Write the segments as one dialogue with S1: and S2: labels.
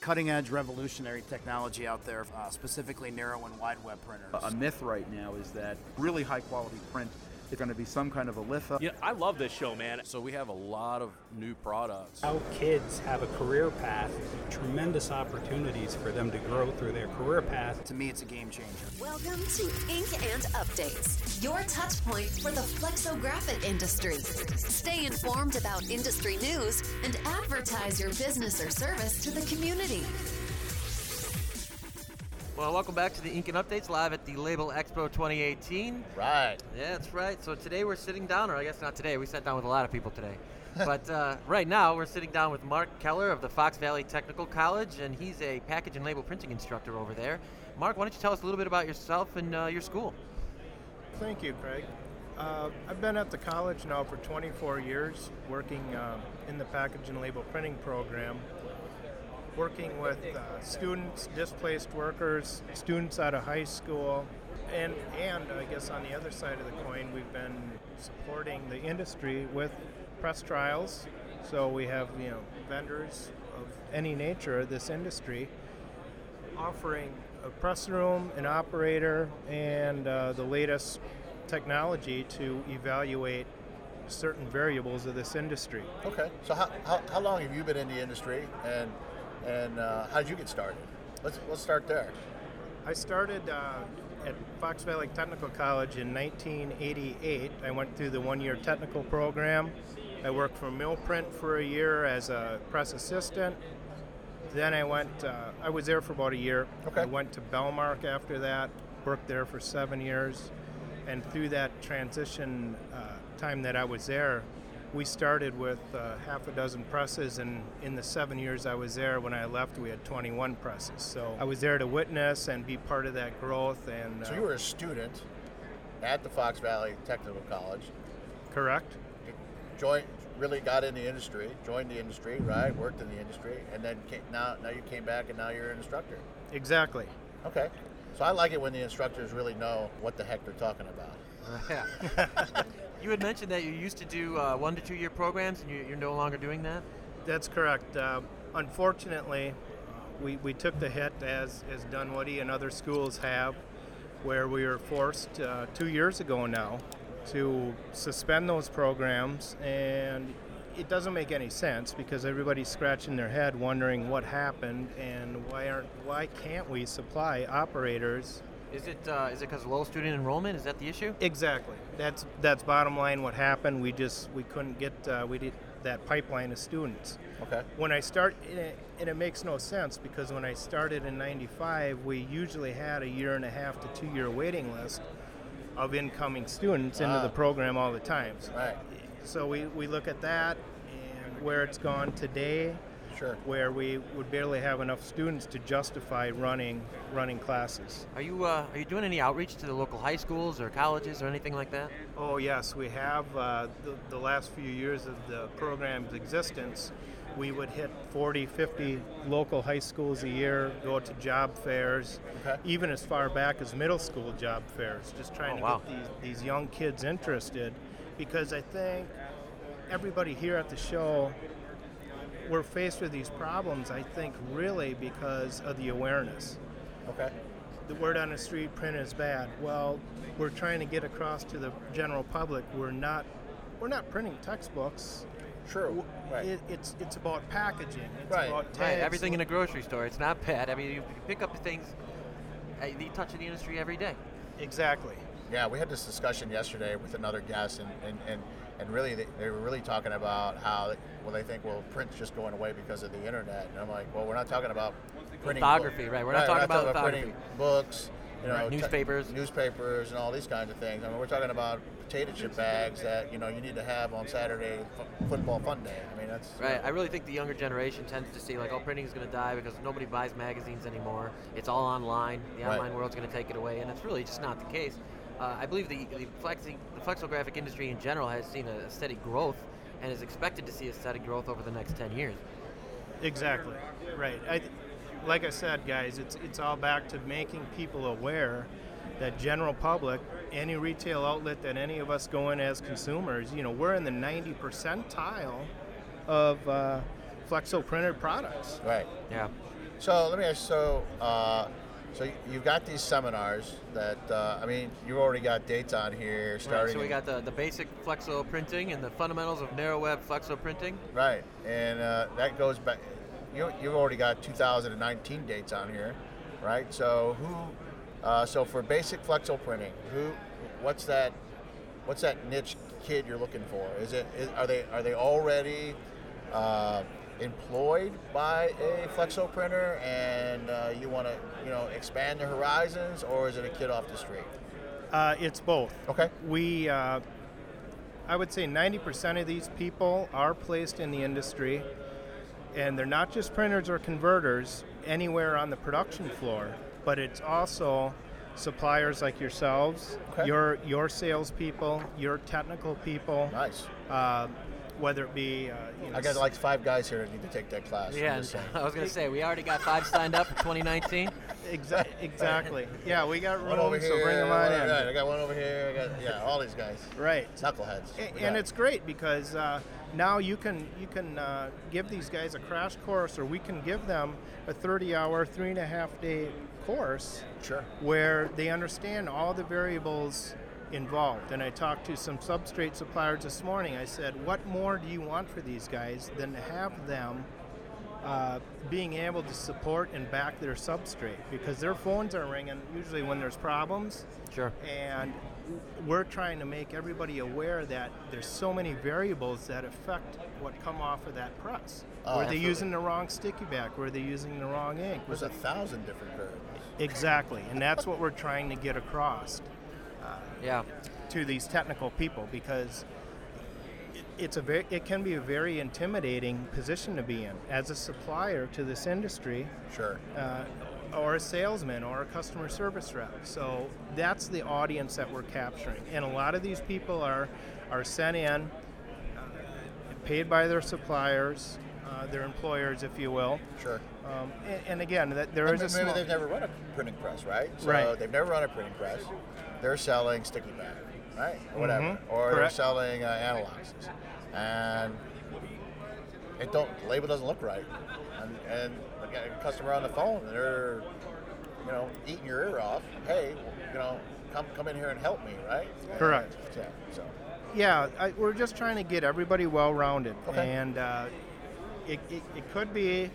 S1: cutting edge revolutionary technology out there, uh, specifically narrow and wide web printers.
S2: A myth right now is that really high quality print is going to be some kind of a litho.
S3: You know, I love this show, man.
S4: So we have a lot of new products.
S5: How kids have a career path, tremendous opportunities for them to grow through their career path.
S1: To me, it's a game changer.
S6: Welcome to Ink and Updates, your touch point for the flexographic industry. Stay informed about industry news and advertise your business or service to the community.
S7: Well, welcome back to the Ink and Updates live at the Label Expo 2018.
S8: Right.
S7: Yeah, that's right. So today we're sitting down, or I guess not today, we sat down with a lot of people today. but uh, right now we're sitting down with Mark Keller of the Fox Valley Technical College, and he's a package and label printing instructor over there. Mark, why don't you tell us a little bit about yourself and uh, your school?
S9: Thank you, Craig. Uh, I've been at the college now for 24 years, working um, in the package and label printing program working with uh, students, displaced workers, students out of high school, and and I guess on the other side of the coin, we've been supporting the industry with press trials. So we have you know vendors of any nature of this industry offering a press room, an operator, and uh, the latest technology to evaluate certain variables of this industry.
S8: Okay. So how, how, how long have you been in the industry and and uh, how did you get started? Let's let's start there.
S9: I started uh, at Fox Valley Technical College in 1988. I went through the one-year technical program. I worked for Millprint for a year as a press assistant. Then I went. Uh, I was there for about a year.
S8: Okay. I
S9: went to Bellmark after that. Worked there for seven years, and through that transition uh, time that I was there, we started with uh, half a dozen presses, and in the seven years I was there, when I left, we had 21 presses. So I was there to witness and be part of that growth. And
S8: uh, so you were a student at the Fox Valley Technical College,
S9: correct?
S8: Joined, really got in the industry, joined the industry, right? Worked in the industry, and then came, now now you came back, and now you're an instructor.
S9: Exactly.
S8: Okay. So I like it when the instructors really know what the heck they're talking about.
S7: Yeah. you had mentioned that you used to do uh, one to two year programs and you, are no longer doing that?
S9: That's correct. Uh, unfortunately, we, we took the hit as, as Dunwoody and other schools have, where we were forced uh, two years ago now to suspend those programs. And it doesn't make any sense because everybody's scratching their head wondering what happened and why, aren't, why can't we supply operators
S7: is it uh, is it because low student enrollment? Is that the issue?
S9: Exactly. That's that's bottom line. What happened? We just we couldn't get uh, we did that pipeline of students.
S8: Okay.
S9: When I start, and it, and it makes no sense because when I started in '95, we usually had a year and a half to two year waiting list of incoming students into
S8: Ah.
S9: the program all the time. So,
S8: Right.
S9: so we we look at that and where it's gone today.
S8: Sure.
S9: Where we would barely have enough students to justify running running classes.
S7: Are you uh, are you doing any outreach to the local high schools or colleges or anything like that?
S9: Oh, yes, we have. Uh, the, the last few years of the program's existence, we would hit 40, 50 local high schools a year, go to job fairs,
S8: Okay.
S9: even as far back as middle school job fairs, just trying
S7: Oh,
S9: to
S7: wow.
S9: get these, these young kids interested. Because I think everybody here at the show, we're faced with these problems, I think, really because of the awareness
S8: Okay.
S9: the word on the street print is bad. Well, we're trying to get across to the general public we're not we're not printing textbooks.
S8: Sure.
S9: W-
S8: Right.
S9: It, it's it's about packaging. It's
S8: Right.
S9: about tags.
S7: Right, everything in a grocery store. It's not bad. I mean, you you pick up things. uh, You touch the industry every day.
S9: exactly.
S8: Yeah, we had this discussion yesterday with another guest, and, and, and, and really, they, they were really talking about how, well, they think, well, print's just going away because of the internet. And I'm like, well, we're not talking about printing.
S7: Lithography, right, we're not talking about
S8: printing books, you know,
S7: Right,
S8: te-
S7: newspapers.
S8: newspapers, and all these kinds of things. I mean, we're talking about potato chip bags that, you know, you need to have on Saturday, f- football fun day. I mean, that's.
S7: Right. I really think the younger generation tends to see like, oh, printing is going to die because nobody buys magazines anymore. It's all online. The
S8: Right.
S7: online world's going to take it away, and it's really just not the case. Uh, I believe the the, flexi- the flexographic industry in general has seen a steady growth, and is expected to see a steady growth over the next ten years.
S9: Exactly. Right. I, th- like I said, guys, it's it's all back to making people aware that general public, any retail outlet that any of us go in as consumers, you know, we're in the 90 percentile of uh, flexo printed products.
S8: Right.
S7: Yeah.
S8: So let me ask. So, uh, so you've got these seminars that uh, I mean, you've already got dates on here starting.
S7: Right, so we
S8: in-
S7: got the, the basic flexo printing and the fundamentals of narrow web flexo printing.
S8: right, and uh, that goes back. You you've already got 2019 dates on here, right? So who? Uh, so for basic flexo printing, who? What's that? What's that niche kid you're looking for? Is it? Is, are they? Are they already? Uh, employed by a flexo printer and uh, you want to you know expand their horizons or is it a kid off the street
S9: Uh, it's both.
S8: okay
S9: We, uh, I would say 90% of these people are placed in the industry, and they're not just printers or converters anywhere on the production floor, but it's also suppliers like yourselves,
S8: Okay.
S9: your your salespeople, your technical people,
S8: nice
S9: uh, whether it be uh, you know,
S8: I got like five guys here that need to take that class. I'm
S7: Yeah,
S8: just saying.
S7: I was gonna say we already got five signed up for 2019.
S9: exa- exactly. Yeah, we got
S8: One over
S9: room,
S8: here.
S9: so bring them
S8: one
S9: on
S8: over-
S9: in.
S8: right, I got one over here. I got yeah, all these guys.
S9: Right.
S8: Knuckleheads.
S9: A-
S8: We
S9: and
S8: got-
S9: it's great because uh, now you can you can uh, give these guys a crash course, or we can give them a 30-hour, three and a half day course
S8: sure.
S9: where they understand all the variables involved. And I talked to some substrate suppliers this morning. I said, "What more do you want for these guys than to have them?" Uh, being able to support and back their substrate because their phones are ringing usually when there's problems
S7: Sure.
S9: and we're trying to make everybody aware that there's so many variables that affect what come off of that press. were
S8: Oh,
S9: they
S8: absolutely.
S9: using the wrong sticky back? Were they using the wrong ink? Was
S8: There's a thousand different variables.
S9: exactly, and that's what we're trying to get across
S7: Yeah.
S9: to these technical people because it- it's a very, it can be a very intimidating position to be in as a supplier to this industry
S8: Sure.
S9: uh, or a salesman or a customer service rep. So that's the audience that we're capturing. And a lot of these people are are sent in, uh, paid by their suppliers, uh, their employers, if you will.
S8: Sure.
S9: Um, and, and again, that there
S8: And
S9: is a
S8: maybe
S9: small,
S8: they've never run a printing press, right? So
S9: Right.
S8: They've never run a printing press. They're selling sticky back, right? Or whatever. Or they're
S9: Mm-hmm. Correct.
S8: selling uh, analogs, and it don't label doesn't look right. And, and I got a customer on the phone, they're you know eating your ear off. Hey, you know, come come in here and help me, right?
S9: Correct.
S8: Yeah. So
S9: yeah, I, we're just trying to get everybody well-rounded,
S8: Okay.
S9: and uh, it, it, it could be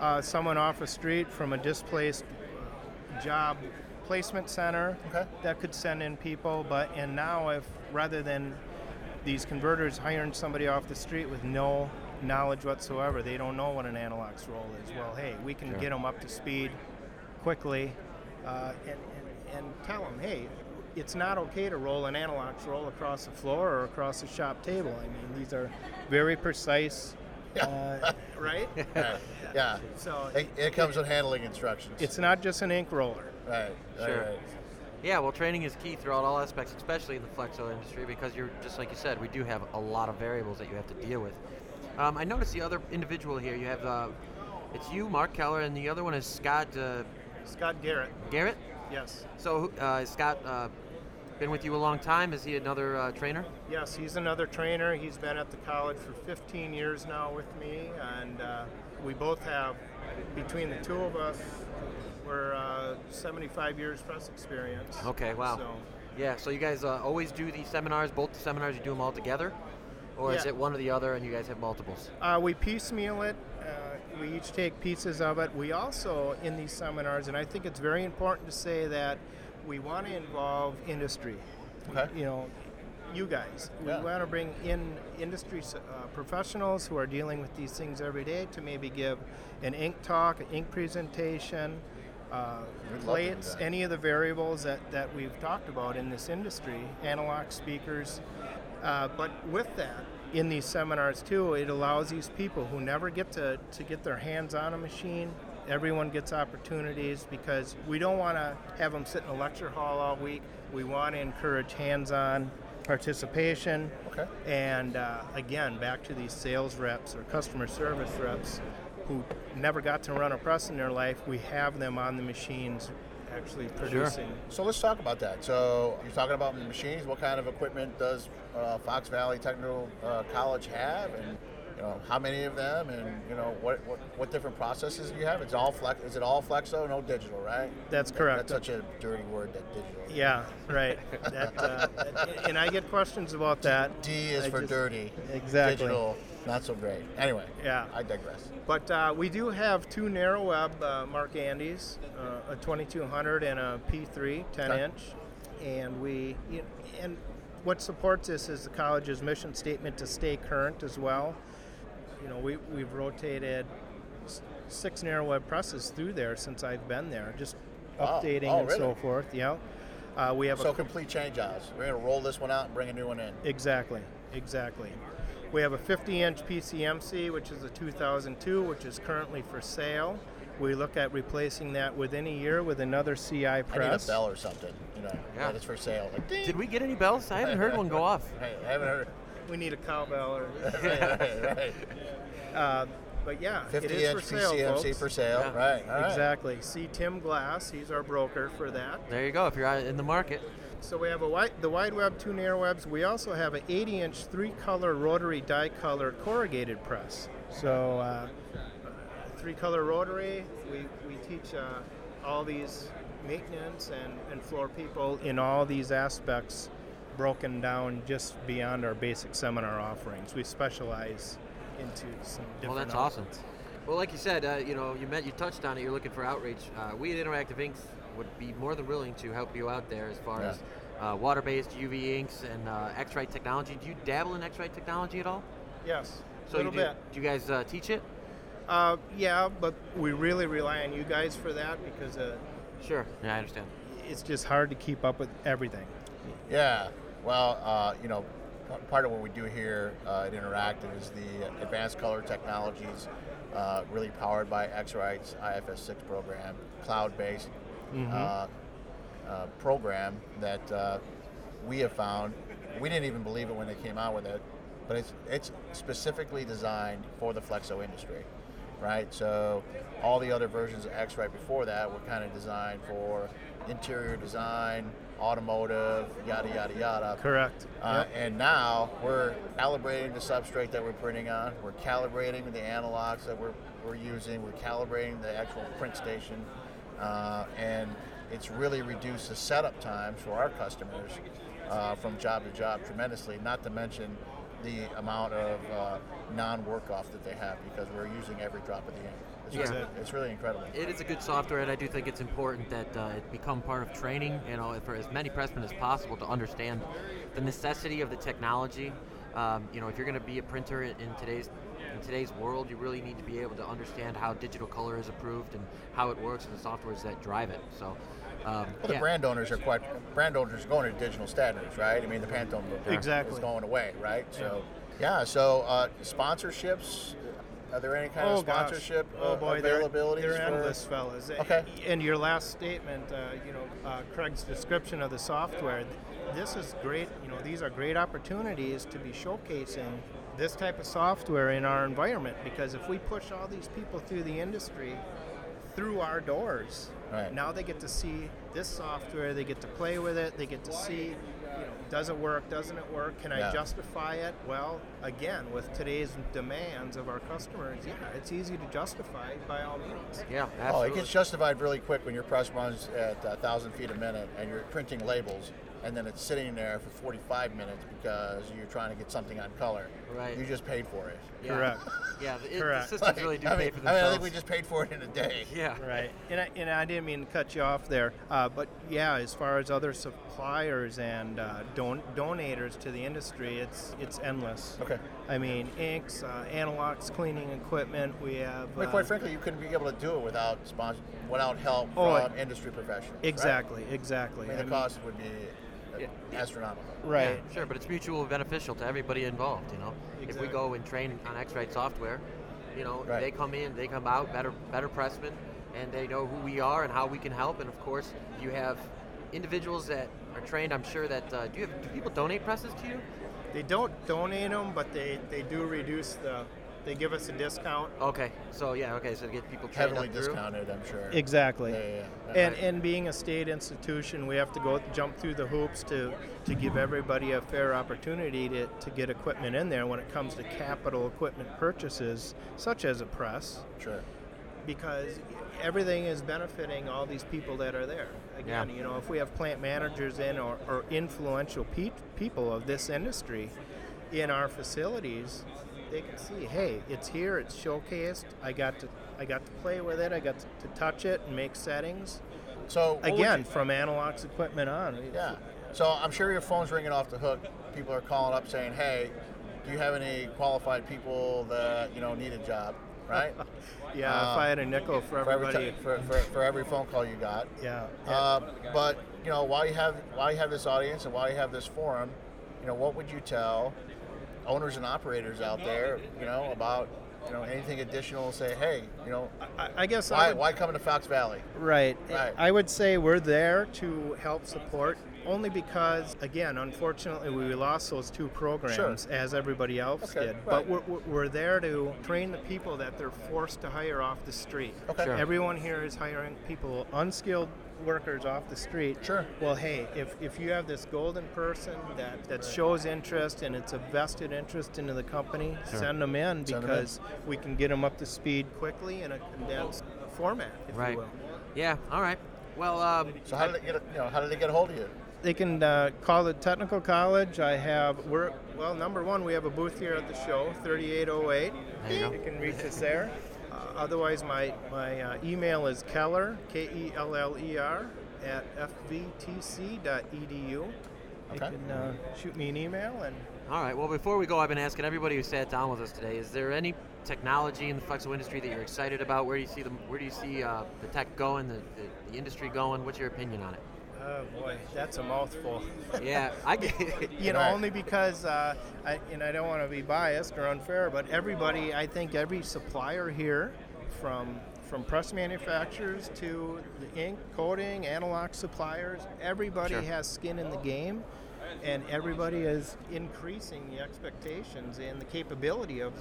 S9: uh, someone off a street from a displaced job placement center
S8: Okay.
S9: that could send in people. But and now, if rather than these converters hiring somebody off the street with no knowledge whatsoever, they don't know what an analog's role is. Well, hey, we can get 'em get them up to speed quickly uh, and, and, and tell them, hey, it's not okay to roll an analog's roll across the floor or across the shop table. I mean, these are very precise, uh, right?
S8: yeah. yeah.
S9: So
S8: It, it comes with handling instructions.
S9: it's not just an ink roller.
S8: right. right,
S7: Sure.
S8: right.
S7: Yeah. Well, training is key throughout all aspects, especially in the flexo industry, because you're just like you said, we do have a lot of variables that you have to deal with. Um, I noticed the other individual here. You have uh, it's you, Mark Keller, and the other one is Scott uh,
S9: Scott Garrett,
S7: Garrett.
S9: yes.
S7: So who- uh, has Scott uh, been with you a long time? Is he another uh, trainer?
S9: Yes, he's another trainer. He's been at the college for 15 years now with me, and uh, we both have, between the two of us, we're uh, 75 years press experience.
S7: Okay. Wow.
S9: So,
S7: Yeah. So you guys uh, always do these seminars, both the seminars. You do them all together, or is
S9: Yeah.
S7: it one or the other, and you guys have multiples?
S9: uh, we piecemeal it. Uh, we each take pieces of it. We also, in these seminars, and I think it's very important to say that we want to involve industry.
S8: Okay.
S9: you know, you guys.
S8: Yeah.
S9: We want to bring in industry s- uh, professionals who are dealing with these things every day to maybe give an ink talk, an ink presentation, uh,
S8: We'd love to do
S9: plates,
S8: that.
S9: any of the variables that, that we've talked about in this industry, analog speakers. Uh, but with that, in these seminars too, it allows these people who never get to, to get their hands on a machine. Everyone gets opportunities because we don't want to have them sit in a lecture hall all week. We want to encourage hands on participation.
S8: Okay.
S9: And uh, again, back to these sales reps or customer service reps who never got to run a press in their life, we have them on the machines actually producing.
S8: So let's talk about that. So you're talking about machines. What kind of equipment does uh, Fox Valley Technical uh, College have, and You know, how many of them, and you know what what, what different processes do you have? It's all flex. Is it all flexo? No digital, right?
S9: That's correct.
S8: That's such a dirty word. That digital.
S9: Yeah, right. That, uh, and I get questions about that.
S8: D is
S9: I
S8: for
S9: just-
S8: dirty.
S9: Exactly.
S8: Digital, not so great. Anyway.
S9: Yeah.
S8: I digress.
S9: But uh, we do have two narrow web uh, Mark Andes, uh, a 2200 and a P3 10
S8: Okay.
S9: inch, and we you- and what supports this is the college's mission statement to stay current as well. You know, we we've rotated s- six narrow web presses through there since I've been there, just
S8: Wow.
S9: updating
S8: Oh,
S9: and so
S8: really?
S9: forth. Yeah, uh, we have
S8: So
S9: a
S8: complete change outs. We're gonna roll this one out and bring a new one in.
S9: Exactly, exactly. We have a 50 inch PCMC, which is a 2002, which is currently for sale. We look at replacing that within a year with another CI
S8: I need a
S9: press.
S8: bell or something. You know,
S7: Yeah.
S8: that it's for sale. Like, ding.
S7: Did we get any bells? I haven't heard one go off.
S8: Hey, I haven't heard.
S9: we need a cowbell. Or,
S8: right, right, right.
S9: uh, but yeah, it
S8: 50
S9: is
S8: inch
S9: for sale.
S8: PCMC
S9: folks.
S8: for sale.
S7: Yeah.
S8: Right. all right.
S9: Exactly. See Tim Glass, he's our broker for that.
S7: There you go. If you're out in the market,
S9: So we have a wide, the wide web, two narrow webs. We also have an 80 inch three color rotary die color corrugated press. So uh, three color rotary, we, we teach uh, all these maintenance and, and floor people in all these aspects broken down just beyond our basic seminar offerings. We specialize into some different
S7: well, that's awesome.
S9: elements.
S7: Well, like you said, uh, you know, you met, you touched on it. You're looking for outreach. Uh, we at Interactive Inks would be more than willing to help you out there as far
S8: Yeah.
S7: as uh, water-based UV inks and uh, X-ray technology. Do you dabble in X-ray technology at all?
S9: Yes, a
S7: you
S9: little
S7: do,
S9: bit.
S7: do you guys uh, teach it?
S9: Uh, yeah, but we really rely on you guys for that because uh,
S7: Sure. Yeah, I understand.
S9: it's just hard to keep up with everything.
S8: Yeah. Well, uh, you know, p- part of what we do here uh, at Interactive is the advanced color technologies, uh, really powered by Xrite's IFS6 program, cloud-based
S9: Mm-hmm.
S8: uh, uh, program that uh, we have found. We didn't even believe it when they came out with it, but it's it's specifically designed for the flexo industry, right? So all the other versions of X-Rite before that were kind of designed for interior design, automotive, yada yada yada.
S9: Correct.
S8: Uh, And now we're calibrating the substrate that we're printing on. We're calibrating the analogs that we're, we're using. We're calibrating the actual print station. Uh, and it's really reduced the setup times for our customers uh, from job to job tremendously, not to mention the amount of uh, non work off that they have because we're using every drop of the ink. It's,
S7: Yeah.
S8: really, it's really incredible.
S7: It is a good software, and I do think it's important that uh, it become part of training. You know, for as many pressmen as possible to understand the necessity of the technology. Um, you know, if you're going to be a printer in, in today's in today's world, you really need to be able to understand how digital color is approved and how it works and the softwares that drive it. So, um,
S8: Well, the
S7: yeah.
S8: brand owners are quite brand owners are going to digital standards, right? I mean, the Pantone movement
S9: Exactly.
S8: is going away, right? So, yeah. So, uh, sponsorships. Are there any kind of
S9: gosh.
S8: sponsorship
S9: oh
S8: uh,
S9: boy, they're,
S8: availabilities?
S9: they're
S8: for-
S9: endless, fellas.
S8: Okay.
S9: And your last statement, uh, you know, uh, Craig's description of the software. th- This is great. You know, these are great opportunities to be showcasing this type of software in our environment because if we push all these people through the industry through our doors,
S8: Right.
S9: now they get to see this software. They get to play with it. They get to see. You know, does it work? Doesn't it work? Can I
S8: Yeah.
S9: justify it? Well, again, with today's demands of our customers, yeah, it's easy to justify by all means.
S7: yeah,
S8: Oh,
S7: absolutely.
S8: it gets justified really quick when your press runs at a thousand feet a minute and you're printing labels, and then it's sitting there for 45 minutes because you're trying to get something on color.
S7: Right.
S8: You just paid for it.
S7: yeah.
S9: Correct.
S7: Yeah, the, it,
S9: Correct.
S7: the systems really do
S8: I
S7: pay
S8: mean,
S7: for
S8: I mean,
S7: themselves.
S8: I think we just paid for it in a day.
S7: yeah.
S9: Right. And I, and I didn't mean to cut you off there, uh, but yeah, as far as other suppliers and uh, don- donators to the industry, it's it's endless.
S8: Okay.
S9: I mean, inks, uh, analogs, cleaning equipment. We have.
S8: I mean,
S9: uh,
S8: quite frankly, you couldn't be able to do it without sponsor, without help
S9: Oh,
S8: from industry professionals. right?
S9: Exactly.
S8: I
S9: Exactly.
S8: mean,
S9: I
S8: the
S9: mean,
S8: cost would be uh,
S7: Yeah.
S8: astronomical.
S9: Right.
S7: Yeah, sure, but it's mutually beneficial to everybody involved. You know, if we
S9: Exactly.
S7: go and train on X-Rite software, you know,
S8: Right.
S7: they come in, they come out better, better pressmen, and they know who we are and how we can help. And of course, you have individuals that are trained. I'm sure that uh, do you have do people donate presses to you?
S9: They don't donate them, but they, they do reduce the They give us a discount.
S7: Okay, so yeah, okay, so to get people trained
S8: Heavily
S7: up through.
S8: discounted, I'm sure.
S9: Exactly.
S8: Yeah, yeah, yeah.
S9: And, and being a state institution, we have to go jump through the hoops to, to give everybody a fair opportunity to, to get equipment in there when it comes to capital equipment purchases, such as a press,
S8: Sure.
S9: because everything is benefiting all these people that are there. Again,
S7: Yeah.
S9: you know, if we have plant managers in or, or influential pe- people of this industry in our facilities, they can see, hey, it's here, it's showcased. I got to, I got to play with it. I got to, to touch it and make settings.
S8: So what would
S9: Again,
S8: you-
S9: from Analog's equipment on.
S8: Yeah. So I'm sure your phone's ringing off the hook. People are calling up saying, "Hey, do you have any qualified people that you know need a job?" Right?
S9: Yeah, if I had a nickel for
S8: for every
S9: everybody.
S8: ti- for, for, for every phone call you got.
S9: yeah.
S8: Uh, but you know, while you have while you have this audience and while you have this forum, you know, what would you tell owners and operators out there, you know, about you know anything additional? Say, hey, you know,
S9: I, I guess I
S8: why
S9: would-
S8: why come to Fox Valley?
S9: Right.
S8: Right.
S9: I would say we're there to help support only because, again, unfortunately, we lost those two programs as everybody else
S8: Okay,
S9: did.
S8: right.
S9: But we're, we're- we're there to train the people that they're forced to hire off the street.
S8: Okay. Sure.
S9: Everyone here is hiring people, unskilled workers off the street.
S8: Sure.
S9: Well, hey, if, if you have this golden person that, that shows interest and it's a vested interest into the company, send them in
S8: Send 'em in.
S9: because we can get them up to speed quickly in a condensed format, if
S7: Right.
S9: you will.
S7: Yeah. All right. Well, um,
S8: So how did they get a- you know how did they get a hold of you?
S9: They can uh, call the technical college. I have we're well number one. We have a booth here at the show, 3808.
S7: There you go.
S9: can reach us there. Uh, otherwise, my my uh, email is Keller K E L L E R at fvtc.edu. E You
S8: Okay.
S9: can uh, shoot me an email and
S7: all right. Well, before we go, I've been asking everybody who sat down with us today: Is there any technology in the flexible industry that you're excited about? Where do you see the Where do you see uh, the tech going? The, the, the industry going? What's your opinion on it?
S9: oh boy, that's a mouthful.
S7: Yeah, I get.
S9: you know,
S8: Right.
S9: only because, uh, I, and I don't want to be biased or unfair, but everybody, I think every supplier here, from from press manufacturers to the ink coating, analog suppliers, everybody has skin in the game, and everybody is increasing the expectations and the capability of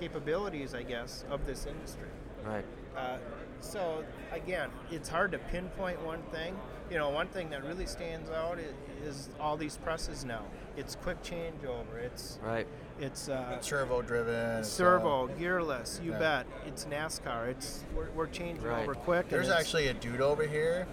S9: capabilities, I guess, of this industry.
S7: Right.
S9: Uh, so again, it's hard to pinpoint one thing. You know, one thing that really stands out is, is all these presses now. It's quick changeover. It's
S7: Right.
S9: it's uh,
S8: Servo driven.
S9: servo, gearless. You
S8: uh, yeah.
S9: bet. It's NASCAR. It's we're, we're changing
S7: Right.
S9: over quick. and
S8: There's
S9: it's-
S8: actually a dude over here.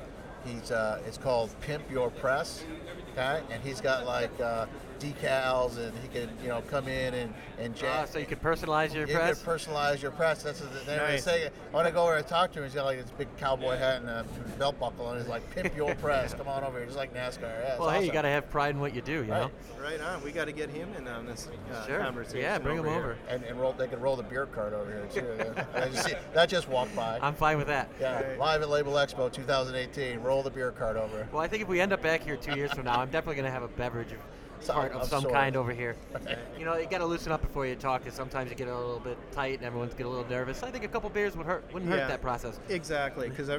S8: He's uh, it's called Pimp Your Press, okay? And he's got like uh, decals, and he can you know come in and and
S7: Uh,
S8: jam.
S7: so you can personalize your
S8: you can
S7: press.
S8: personalize your press. That's what they
S9: Nice.
S8: say. it. I want to go over and talk to him. He's got like this big cowboy hat and a belt buckle, and he's like, "Pimp your press. Come on over here." Just like NASCAR. Yeah, it's
S7: well, hey, you
S8: awesome.
S7: got to have pride in what you do. You know.
S9: right
S8: Right.
S9: on. We got to get him in on this uh,
S7: Sure.
S9: conversation.
S7: Yeah, bring them
S9: here.
S7: over.
S8: And, and roll, they can roll the beer cart over here too. I just see- that just walked by.
S7: I'm fine with that.
S8: yeah, live at Label Expo 2018. Roll the beer cart over.
S7: Well, I think if we end up back here two years from now, I'm definitely going to have a beverage of,
S8: Some-
S7: part of,
S8: of
S7: some
S8: sort.
S7: kind over here. You know, you got to loosen up before you talk, because sometimes you get a little bit tight and everyone's get a little nervous. I think a couple beers would hurt, wouldn't hurt
S9: Yeah.
S7: that process.
S9: Exactly, because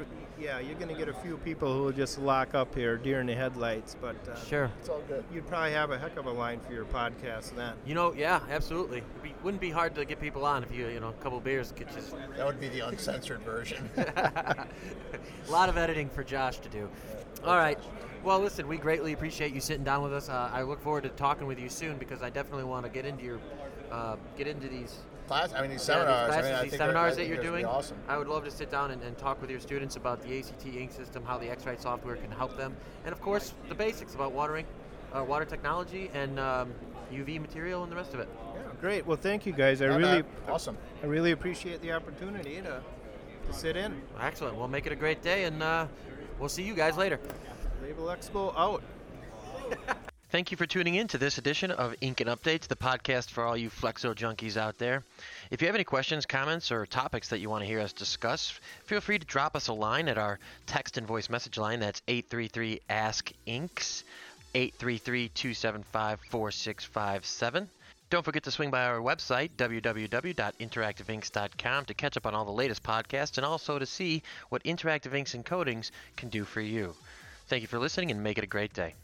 S9: yeah, you're gonna get a few people who will just lock up here during the headlights, but uh,
S7: Sure.
S8: It's all good.
S9: you'd probably have a heck of a line for your podcast then.
S7: You know, yeah, absolutely. It'd be, wouldn't be hard to get people on if you, you know, a couple beers could just.
S8: That would be the uncensored version.
S7: A lot of editing for Josh to do. All right. Well, listen, we greatly appreciate you sitting down with us. Uh, I look forward to talking with you soon because I definitely want to get into your, uh, get into these
S8: Class, I mean, these
S7: Yeah, these
S8: seminars. I mean,
S7: classes,
S8: I
S7: these
S8: think they're- I
S7: seminars that
S8: think
S7: you're
S8: they're
S7: doing.
S8: Awesome.
S7: I would love to sit down and, and talk with your students about the ACT ink system, how the X-Rite software can help them, and of course the basics about watering, uh, water technology, and um, UV material, and the rest of it.
S9: Yeah, great. Well, thank you guys. I
S8: Not
S9: really,
S8: bad. awesome.
S9: I really appreciate the opportunity to, to sit in.
S7: Excellent. We'll make it a great day, and uh, we'll see you guys later.
S9: Label Expo out.
S7: Thank you for tuning in to this edition of Ink and Updates, the podcast for all you Flexo junkies out there. If you have any questions, comments, or topics that you want to hear us discuss, feel free to drop us a line at our text and voice message line. That's 833 Ask Inks, 833 275 4657. Don't forget to swing by our website, www.interactiveinks.com, to catch up on all the latest podcasts and also to see what Interactive Inks and Coatings can do for you. Thank you for listening and make it a great day.